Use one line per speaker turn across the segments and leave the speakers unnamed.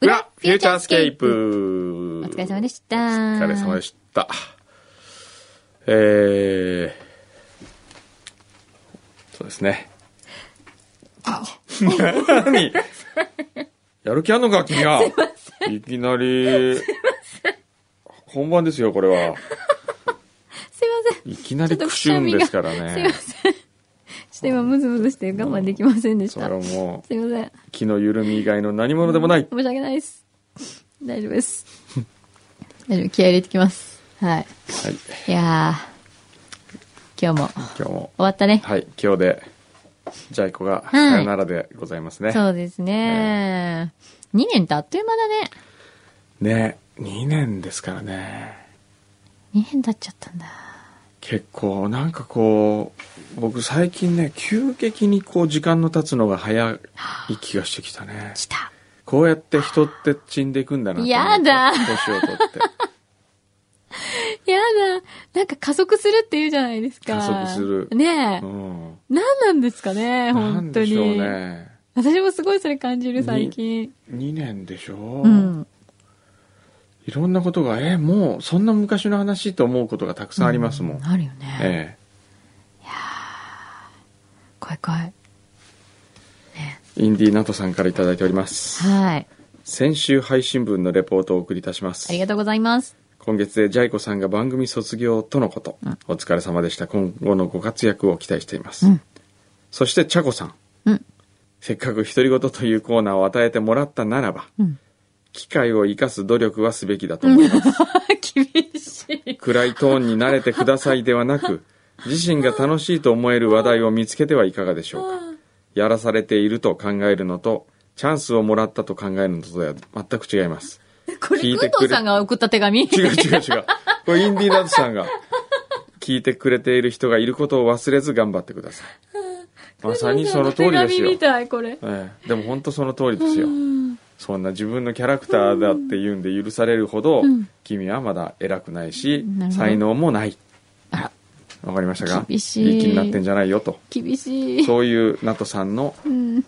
フューチャースケー
フュ
プ。
ーチャースケープ。お疲れ様で
し
した。お
たお疲れ様でした。えー、そうですね。あ何 やる気あんのか、君は。いきなり。本番ですよ、これは。
すいません。
いきなりクシュンですから
すいま
ね。
せん。ちょっと今、ムズムズして我慢できませんでし
それ
た。
はも
すいません。
う、気の緩み以外の何者でもない。
申し訳ないです。大丈夫です。大丈夫、気合い入れてきます。はい。
はい、
いやー、今日も終
今日も。
わったね。
はい、今日で、ジャイコが、さ
はい
よならでございますね。
そうですね。2年ってあっという間だね。
ね、2年ですからね。
2年経っちゃったんだ。
結構、なんかこう、僕最近ね、急激にこう、時間の経つのが早い気がしてきたね。
来た。
こうやって人って死んでいくんだなって思った
やだ
年を取って。
やだ。なんか加速するって言うじゃないですか。
加速する
ねえ。
うん。
何なんですかね、
な
本
ん
当
で
に。
しょうね。
私もすごいそれ感じる、最近。
2年でしょ
うん。
いろんなことが、え、もう、そんな昔の話と思うことがたくさんありますもん。
うあるよね。
え
怖い怖い。
え。インディーナトさんからいただいております。
はい。
先週配信分のレポートをお送りいたします
ありがとうございます。
今月でジャイコさんが番組卒業とのこと、
うん
お疲れ様でした今後のご活躍を期待しています、
うん
そしてチャコさん
うん。
せっかく独り言というコーナーを与えてもらったならば
うん。
機会を生かす努力はすべきだと思います、
厳しい。
暗いトーンに慣れてくださいではな く自身が楽しいと思える話題を見つけてはいかがでしょうかやらされていると考えるのとチャンスをもらったと考えるのとでは全く違います
これ、
聞い
く
て
ん
く
ど
れ
うさんが送った手紙
違う違う違う。これインディーナッツさんが、聞いてくれている人がいることを忘れず頑張ってくださ い。まさにその通りです
手
よ
紙み。たい、これ。
ええ、でも本当その通りですよ。そんな自分のキャラクターだって言うんで許されるほど、君はまだ偉くないし
なる、ほど
才能もない。
あら、
わかりましたか
厳しい
い気になってんじゃないよと。
厳しい。
そういうナトさんの
うん。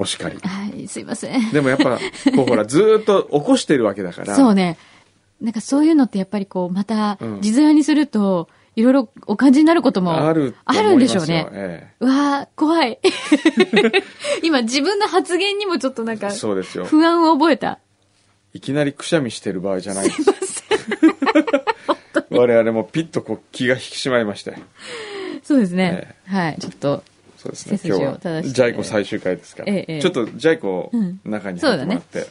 お叱り。
はい、すいません。
でもやっぱ、こうほら、ずーっと起こしてるわけだから。
そうね。なんかそういうのってやっぱりこう、また
うん、
実話にすると、いろいろお感じになることも、
あると思
あ
いますよ。
るんでしょうね。
ええ
うわー、怖い。 今自分の発言にもちょっとなんか、
そうですよ。
不安を覚えた。
いきなりくしゃみしてる場合じゃないです。我々もピッとこう気が引き締まりまして。
そうですね。はい、ちょっと、
そうですね。
背
今
筋
日
を
は、ジ
正して
ャイコ最終回ですから。
ええええ
ちょっとジャイコを中に入ってもらって。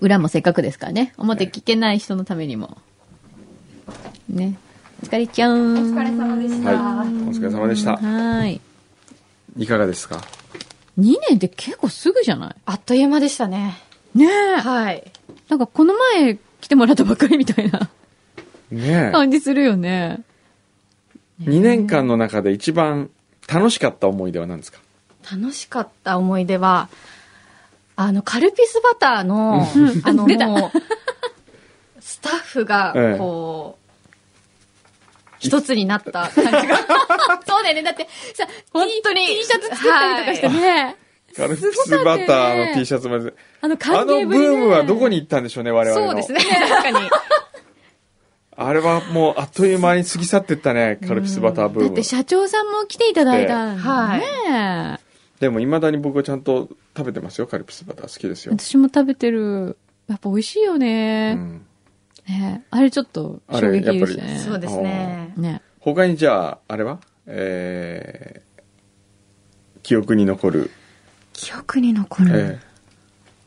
裏もせっかくですからね。表聞けない人のためにも。ね。お疲れちゃーん。お疲れ様でし
はい。お疲れ様でした
は。ーい。
いかがですか
2年って結構すぐじゃない
あっという間でしたね。
ねえ。
はい。
なんかこの前来てもらったばっかりみたいな
ねえ。
感じするよね。
2年間の中で一番楽しかった思い出は何ですか
楽しかった思い出は、あの、カルピスバターの、あの、
出た
もう、スタッフが
ええ、
こう、一つになった感じが。
そうだよね。だってさ、
本当に。
T シャツ作ったりとかして
はい
ね。
カルピスバターの T シャツまで。
あの
あ
歓
の
迎
ブ
ぶり、ね、
ームはどこに行ったんでしょうね、我々の。
そうですね。確かに。
あれはもうあっという間に過ぎ去ってったね、カルピスバターブー
だ
ム。
って社長さんも来ていただいたんだね。
でも未だに僕はちゃんと食べてますよ、カルピスバター好きですよ。
私も食べてる。やっぱ美味しいよね。
うん
ねあれちょっと
あ
衝
れ
撃です
やっぱ
ね。
り
そうですね。
ね。
他にじゃああれはえー、記憶に残る、
記憶に残
え
る。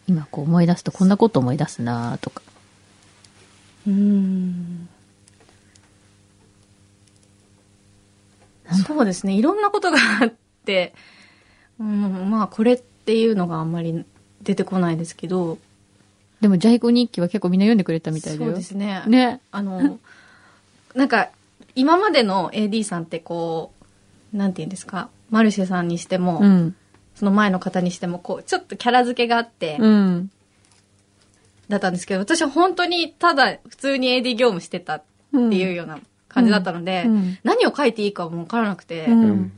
今こう思い出すとこんなこと思い出すなとか。
うん。そうですね。いろんなことがあって、うん、まあ、これっていうのがあんまり出てこないですけど、
でもジャイコ日記は結構みんな読んでくれたみたいだ
そ
よ。
うですね。
ね。
あの、なんか、今までの AD さんってこう、なんて言うんですか、マルシェさんにしても、
うん。
その前の方にしても、こう、ちょっとキャラ付けがあって、
うん。
だったんですけど、私は本当にただ普通に AD 業務してたっていうような感じだったので、
うんうん
何を書いていいかもわからなくて、
ー
うん
うん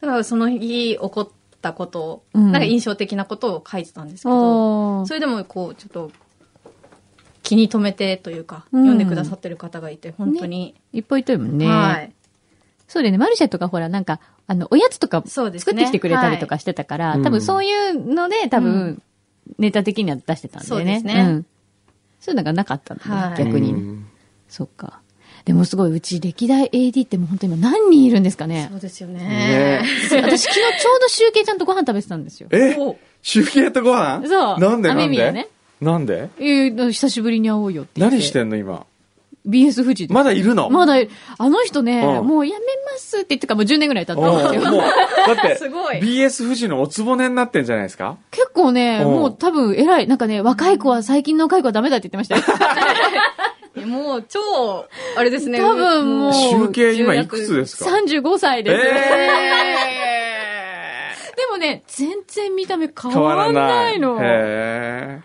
だからその日起こったたことを、
うん
なんか印象的なことを書いてたんですけど、
お
そ
ー
れでもこう、ちょっと、気に留めてというか、
うん
読んでくださってる方がいて、本当に。
いっぱいいたよね。
はい。
そうだよね。マルシェとかほら、なんか、あの、おやつとか
そうですね
作ってきてくれたりとかしてたから、
はい
多分そういうので、多分、
う
ネタ的には出してたんだ
そう
よね。
ですね
んそういうのがなかったんだね、
はい
逆に。
うん
そっか。でもすごい、うち歴代 AD ってもう本当今何人いるんですかね
そ。うですよ
ね
ね。
私昨日ちょうど集計ちゃんとご飯食べてたんですよ。
え
お
集計とご飯
そう
なんでな
雨
ん
宮
で、
ね
なんで
えー、久しぶりに会おうよって言って。
何してんの今。
?BS 富士で。
まだいるの
まだ、あの人ね、
うん
もうやめますって言ってからもう10年ぐらい経っ
お
たん
う
ですよ。
もう、だ って、
すごい
BS 富士のおつぼねになってんじゃないですか
結構ね、
うん
もう多分偉い。なんかね、若い子は、最近の若い子はダメだって言ってましたよ。
もう超、あれですね。
多分もう
集計今いくつですすか
35歳です。
え
でもね、全然見た目変
ー、変わ
わ
ら
ら
な。
ないいの。
へ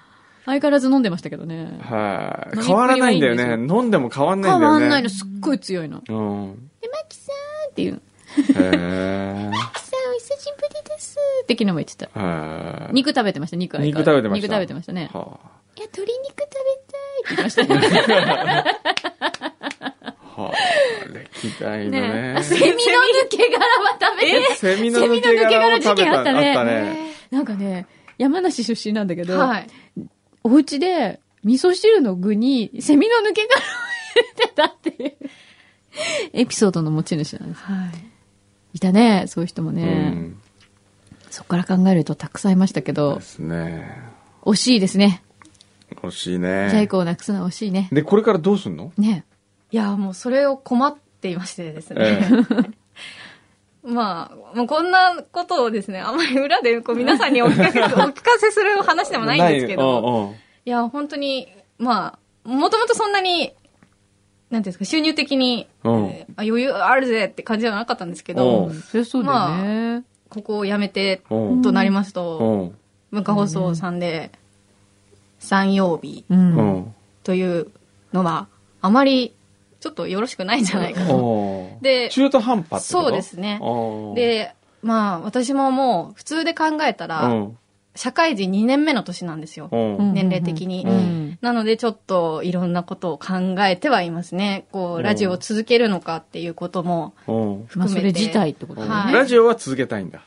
相変わらず飲んでましたけどね
ー。はい。
飲みっぷりはいいんですよ
変わらないんだよね。飲んでも変わんないん
変
だよ
わ
ね。
んないの、すっごい強いの。
うん。
で、マキさんっていう。
へー。
マキさん、お久しぶりですって昨日も言ってた。
はい
肉食べてました、肉は
肉食べてました。
肉食べてましたね。
はい
や、鶏肉食べたいって言ってましたね。
あ、はあ、歴代のね。
ねセミの抜け殻は食べてた
セミの
セミ
抜
の
け
抜け
殻
殻
を食べ
事件
た
あったね。
あったね。
なんかね、山梨出身なんだけど、
はい。
お家で味噌汁の具にセミの抜け殻を入れてたっていうエピソードの持ち主なんです。
はい。
いたね、そういう人も
う
ね。
ん。
そこから考えるとたくさんいましたけ
で
ど、
すね。
惜しいですね。
欲しい
在
ね。
庫をなくすのは惜しいね。
で、これからどうすんの
ね。
いや、もうそれを困っていましてですね。
え
まあ、もうこんなことをですね、あまり裏でこう皆さんにお聞か せお聞かせする話でもないんですけど、
ど。
いや、本当に、まあ、もともとそんなに、なんていうんですか、収入的に、
うん
えーあ余裕あるぜって感じではなかったんですけ
お
ど、
う
そりゃそうだよね。
ここを辞めて、
うん
となります
う
と、
ん。うん。
文化放送さんで、三曜日
う。
うんん。
というのは、あまり、ちょっとよろしくないんじゃないかと。
おー
で
中途半端ってこと
そうですね
おー
で、まあ、私ももう、普通で考えた
う
ら、
ん。
社会人2年目の年なんですよ。
うん
うん
年齢的に。
うん
なので、ちょっといろんなことを考えてはいますね。こ
うん
う、ラジオを続けるのかっていうことも
うん。
ま
含
あ、
め
そ
て。
れ自体ってことだよね。
はい
ラジオは続けたいんだ。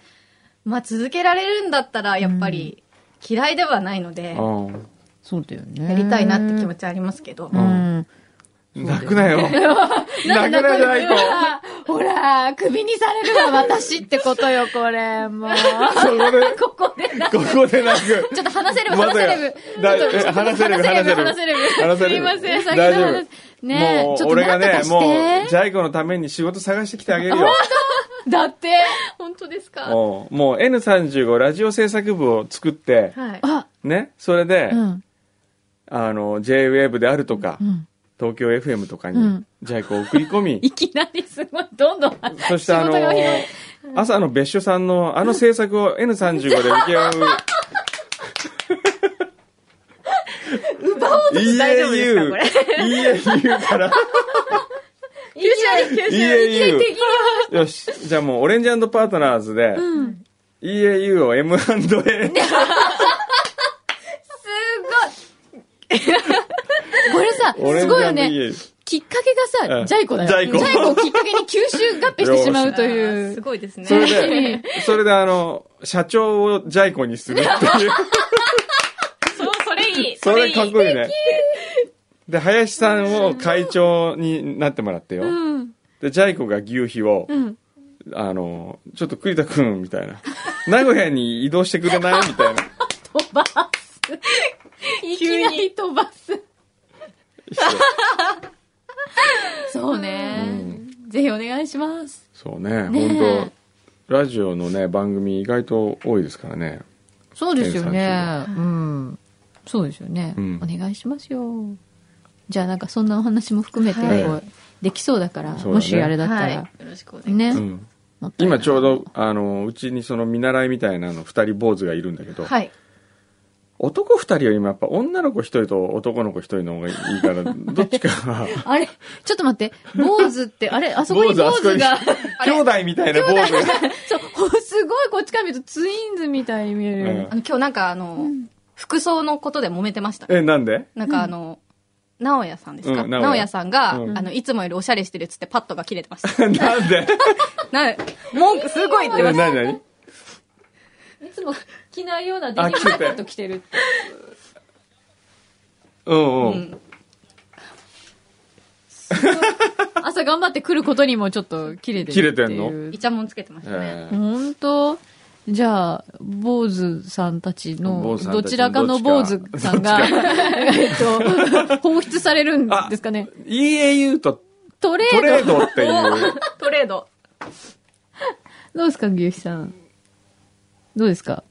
まあ、続けられるんだったら、やっぱり嫌いではないので、
うん。
そうだよね。
やりたいなって気持ちありますけど。
う。
うん泣くな よ。泣くなよ、大子。
ほら、クビにされるのは私ってことよ、これ。もう。
そこで、
ここでな。ち
ここで泣く。
ょっと話せる、
ま
話
さ
せ
や
る。
だ
ちょっと
え
ちょっと
話せる話せる
話せる。
話せる
すいません、先
大
の
丈夫
話。ねえ、ちょ
も
っ
う、
と
俺が
なんと
ね
か、し
もう、
て。
ジャイコのために仕事探してきてあげるよ。
だって。
本当ですかは
おうもう N35 ラジオ制作部を作って、
い。
あ、
ね、それで、
うん。
あの、JWAVE であるとか、
うん。
東京 FM とか
う
に
ん、
ジャイコを送り込み、
いきなりすごい、どんどん。
そしてあの
仕事が広い、
朝の別所さんのあの制作を N35 で請け負う。奪おうと
して大丈夫ですかこ
?EAU から。
九州九
EAU。よし。じゃあもう、オレンジパートナーズで、EAU を M&A。
す
これさ、す
オレンジ
ごいよね。
EAU
きっかけが
う
さ、
ん
ジャイコだよ。
ジャイコ
ジャイコをきっかけに吸収合併してしまうとい
ごい。す
う。
ごいですね。
それで、それであの、社長をジャイコにするっていう。
そう、 それいい。
それかっこいい
ね。
ね。で、林さんを会長になってもらってよ。
うん。
で、ジャイコが牛皮を、
うん。
あの、ちょっと栗田くん、みたいな。 名古屋に移動してくれないみたいな
飛ばす。いきなり飛ばす。
人。
そうね。ぜひお願いします。
そうね、
ねえ
本当ラジオのね、番組意外と多いですからね。
そうですよね。
13
うん。そうですよね。
うん
お願いしますよ。じゃあなんかそんなお話も含めて、
はい
こうできそうだから、
そうだね
もしあれだった
はい。
ら
よ。ろしくお願いします。
う。
ね
ん。
もったいな
今
い
ちょうど、あの、うちにその見習いみたいなの二人坊主がいるんだけど、
はい。
男二人よりもやっぱ女の子一人と男の子一人の方がいいから、どっちかは、
あれちょっと待って、坊主って、あれあそこ
坊
に
主あ
坊
そこ
主
に
が、
兄弟みたいな坊主が。
そう、すごいこっちから見るとツインズみたいに見えるよね。
うん
あの今日なんかあの、服装のことで揉めてました。
え、なんで
なんかあの、直哉さんですか、
うん直哉
直哉さんが、
うん
あの、いつもよりおしゃれしてるっつってパッドが切れてま した。
なんで
な、文句すごい言ってま
何
した。
何
いつも着ないような
あ着てて
着てるって。
うん
う
う。
んん。
朝頑張って来ることにもちょっと切れてるっていう。
切れてんの
いちゃもんつけてましたね。
えー
本当じゃあ、坊主さんたちの
坊主、さんたちの
どちらかの坊主さんが、えっと、放出されるんですかね。
EAU と
トレ
トレ
ー
ー
ド。
ドっていう。
トレード。
どうですか、牛肥さん。どうですか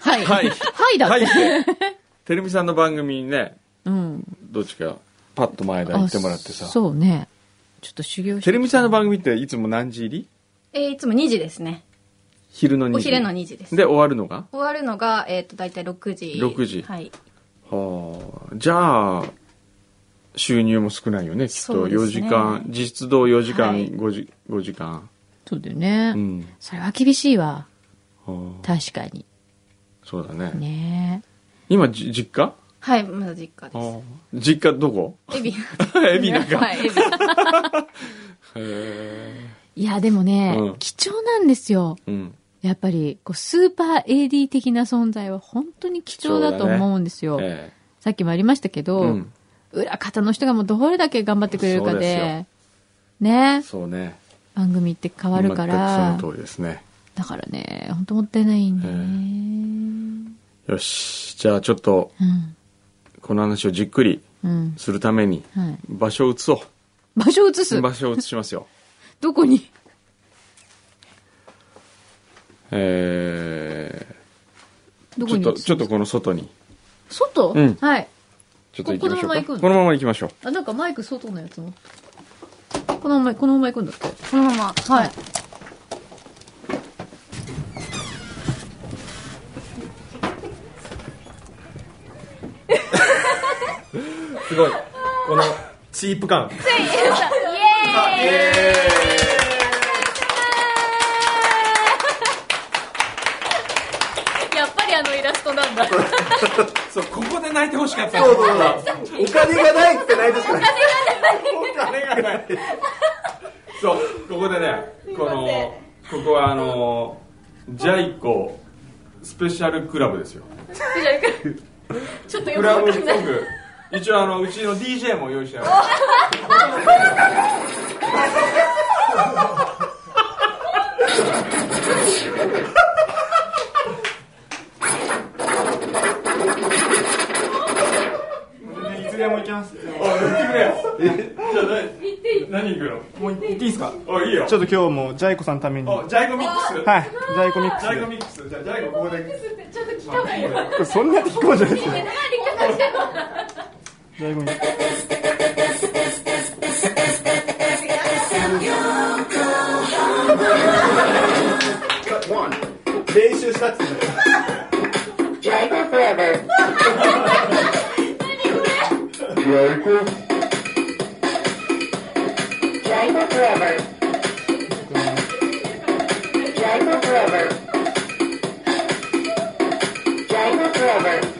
はい。
はい
はいだっ
は
て。
い。てるみさんの番組にね、
うん。
どっちか、パッと前で行ってもらって
あ
さ。
そうね。ちょっと修行して
てるみさんの番組っていつも何時入り
えーいつも2時ですね。
昼の2時。
お昼の2時です。
で、終わるのが
終わるのが、えっ、と、だいたい6時。
6時
はい。
はあ。じゃあ、収入も少ないよね、きっ
そ
と。
うですね
4時間、実質どう4時間、
はい
5時、5時間。
そうだよね、
うん。
それは厳しいわ。
はあ
確かに。
そうだね。
ね
今、じ実家
はい、まだ実家
は
で
あ実家どこ
す。エ ビ。
海老名か。
はい、エ ビ。
へ
いや、でもね、
うん
貴重なんですよ。
え。うん。
やっぱり、こう、スーパー AD 的な存在は本当に貴重だと思うんですよ。
え
さっきもありましたけ
え。
ど、
うん。
裏方の人がもうどれだけ頑張ってくれるか
そうです
で
よ、
ね、
そうね。
番組って変わるか
全
ら
く、その通りですね。
だからね、本当もったいないんだよね。
よし。じゃあちょっと、
うん。
この話をじっくり
うん。
するために、
はい。
場所を移そ
場所を移す
う。場所を移します よ。
どこに
ええ
ど
ちょ
こ
っ
に
と、ちょっとこの外に、
外、
うん
はい。
ちょっと行きましょうか。
ここのまま行くの
このまま行きましょう。
あ、なんかマイク外のやつも。このまま、このまま行くんだって。
このまま。
はい。
すごい。このチープ感。
やっぱりあのイラストなんだ。
そう、ここで泣いてほしかった。
そうそうそう。お金がないってないですから。
お金がない。そう、ここでね、この、ここはあの、ジャイコスペシャルクラブですよ。
ちょっ
ク
とよく
ラ
わ
ブっ
かん
ぽ
ない。
く、一応あの、うちの DJ も用意してある。
いつでも行きます。
おい、言ってくれよ。じゃあ何、何行くの
もう行っていいですか。
おい、いいよ
ち。ょっと今日もジャイコさんのために。は
おジャイコミックス。
い。ジャイコミック
ジャイコミックス。じゃあ、ジャイコここで。
スで。そんなに聞こえないですよ。ジャイコミックス。練習したっつってた。
Jacob Forever. Jacob Forever. Jacob Forever. Jacob Forever.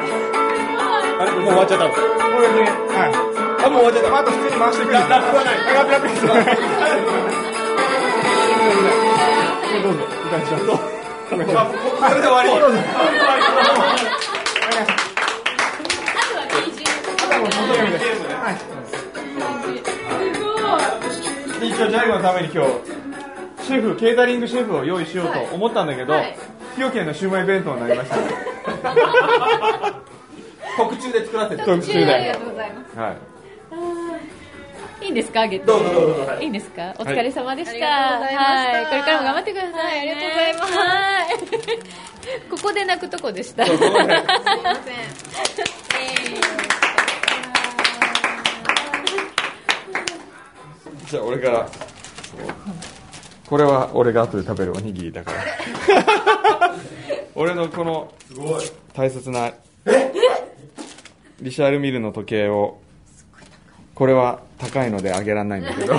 あれもう終わっちゃった。これね。はい。あもう終わっちゃった。あと普通に回していくんです。ラップはない。ラップラップです。どうぞ。お願いします。お願いします。
これで終わり。
どうぞ。
一応ジャイゴのために今日シェフケータリングシェフを用意しようと思ったんだけど、崎陽軒のシウマイ弁当になりました特注で作らせて特注で
ありがとうございます。
はい
いいんですかあげて。いいんですかお疲れ様でした。
はいありがとうございました
はいこれからも頑張ってください。ありがとうございます。はい。ここで泣くとこでした。
じゃあ俺からこれは俺が後で食べるおにぎりだから俺のこの
すごい。
大切なリシャール・ミルの時計をこれは高いのであげられないんだけど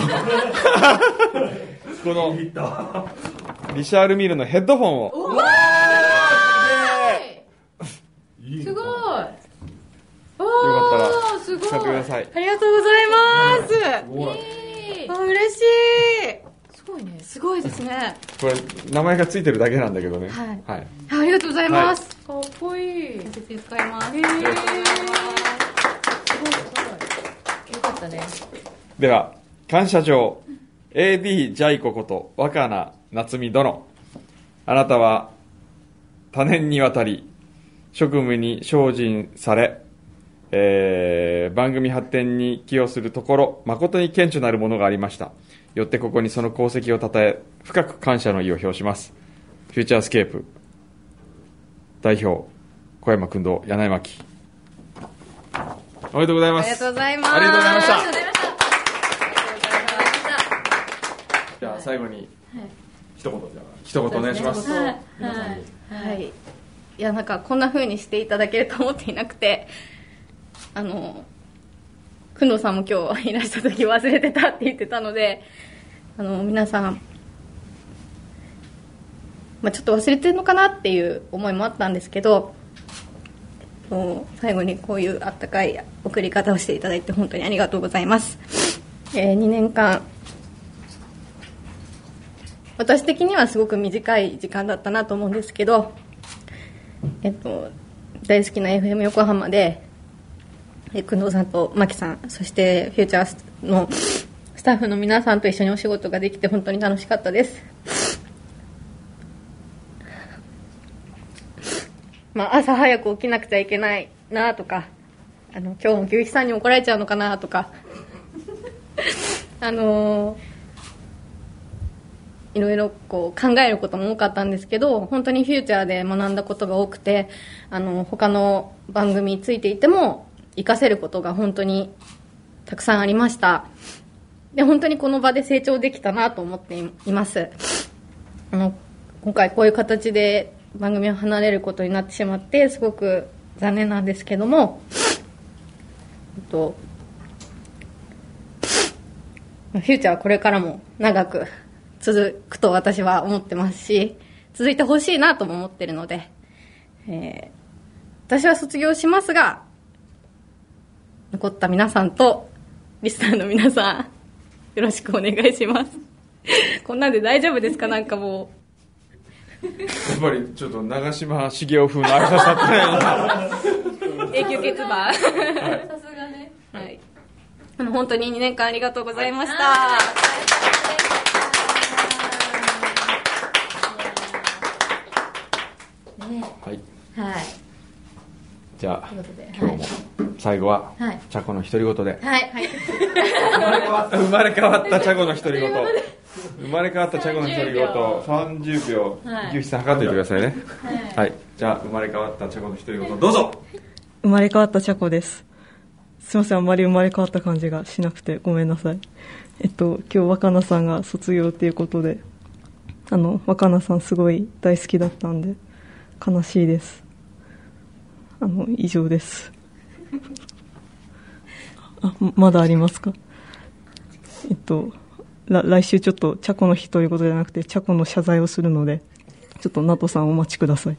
この
ビビった。
リシャール・ミルのヘッドホンを
いい
すごい。
よかった
お
ら
ー、すごい。
使ってください
ありがとうございます。
すごい。
え
あ嬉し
ーすごいね
い。。すごいですね。
これ名前がついてるだけなんだけどね
はい
はい、
ありがとうございます。
かっこいい。
大切に使います。
すごい、すごい。よかったね。
では感謝状 AD ジャイコこと若菜夏美殿あなたは多年にわたり職務に精進され、えー番組発展に寄与するところ誠に顕著なるものがありましたよってここにその功績をたたえ深く感謝の意を表しますフューチャースケープ代表小山君堂柳巻おめでとうございます
ありがとうございます。
ありがとうございました
ありがとうございました
じゃあ最後に、一言じゃあ一言お願いします。皆さんに
はい、いやなんかこんな風にしていただけると思っていなくてあの工藤さんも今日いらした時忘れてたって言ってたのであの皆さん、まあ、ちょっと忘れてるのかなっていう思いもあったんですけどもう最後にこういうあったかい送り方をしていただいて本当にありがとうございます、え2年間私的にはすごく短い時間だったなと思うんですけど、えっと、大好きな FM 横浜でえ工藤さんと牧さんそしてフューチャーのスタッフの皆さんと一緒にお仕事ができて本当に楽しかったですまあ朝早く起きなくちゃいけないなとかあの今日も牛肥さんに怒られちゃうのかなとかあのーいろいろこう考えることも多かったんですけど本当にフューチャーで学んだことが多くてあの他の番組についていても活かせることが本当にたくさんありましたで本当にこの場で成長できたなと思っていますあの今回こういう形で番組を離れることになってしまってすごく残念なんですけどもえっとフューチャーはこれからも長く続くと私は思ってますし、続いてほしいなとも思ってるので、えー私は卒業しますが、残った皆さんと、リスナーの皆さん、よろしくお願いします。 こんなんで大丈夫ですかなんかも
やっぱりちょっと長嶋茂雄風の挨拶だったね。
う、永久欠番。
さすがね。
はい。あの、本当に2年間ありがとうございました。
ね
はい。
はい。
じゃあ
ということで
今日も最後は
はい
茶子の独り言で。
はい。はい。
生まれ変わった茶子の独り言。生まれ変わった茶子の独り言。30秒。
はい
牛肥さん測っていてくださいね。はい。じゃあ生まれ変わった茶子の独り言どうぞ。
生まれ変わったチャコです。すいません、あんまり生まれ変わった感じがしなくてごめんなさい。えっと、今日若菜さんが卒業っていうことで、あの、若菜さんすごい大好きだったんで、悲しいです。あの、以上です。あ、まだありますかえっと、ら来週ちょっとチャコの日ということじゃなくて、チャコの謝罪をするので、ちょっとナトさんお待ちください。